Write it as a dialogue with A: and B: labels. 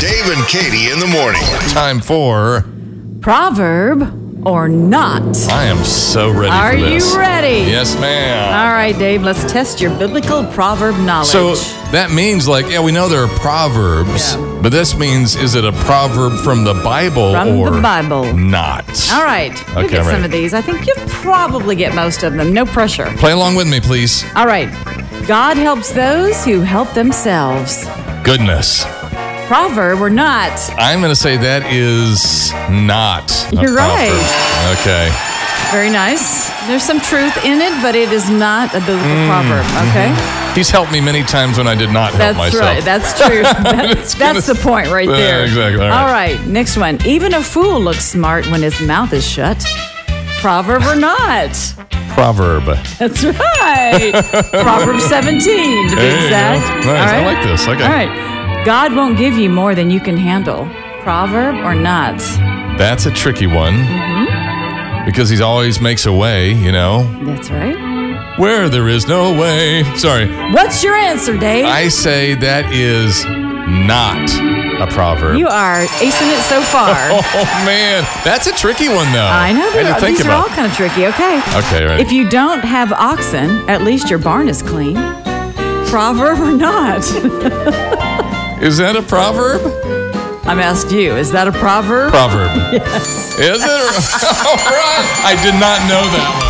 A: Dave and Katie in the morning.
B: Time for.
C: Proverb or not.
B: I am so ready
C: Are
B: for
C: you
B: this.
C: ready?
B: Yes, ma'am.
C: All right, Dave, let's test your biblical proverb knowledge.
B: So that means, like, yeah, we know there are proverbs,
C: Yeah.
B: but this means is it a proverb from the Bible
C: From the
B: or
C: Bible.
B: not?
C: All right,
B: Okay,
C: you get
B: right.
C: some of these. I think you'll probably get most of them. No pressure.
B: Play along with me, please.
C: All right. God helps those who help themselves.
B: Goodness.
C: Proverb or not.
B: I'm going to say that is not. a
C: You're right.
B: proverb. Okay.
C: Very nice. There's some truth in it, but it is not a biblical
B: Mm-hmm.
C: proverb. Okay.
B: He's helped me many times when I did not help
C: That's
B: myself.
C: right. That's true. That-
B: It's gonna-
C: that's the point right
B: Yeah,
C: there.
B: exactly. All right.
C: All right. Next one. Even a fool looks smart when his mouth is shut. Proverb or not.
B: Proverb.
C: That's right. Proverb 17 to be
B: There you go.
C: exact.
B: Nice. I like this. Okay.
C: All right. God won't give you more than you can handle. Proverb or not.
B: That's a tricky one because he always makes a way, you know,
C: That's right.
B: where there is no way. Sorry.
C: What's your answer, Dave?
B: I say that is not a proverb.
C: you are acing it so far.
B: oh, man. That's a tricky one, though.
C: I know.
B: I
C: they're-
B: had to think
C: these are
B: about
C: all kind of tricky. Okay.
B: Okay, all right.
C: If you don't have oxen, at least your barn is clean. Proverb or not?
B: Is that a proverb?
C: I'm asked you. Is that a proverb?
B: Proverb. Yes. Is it? all right. I did not know that one.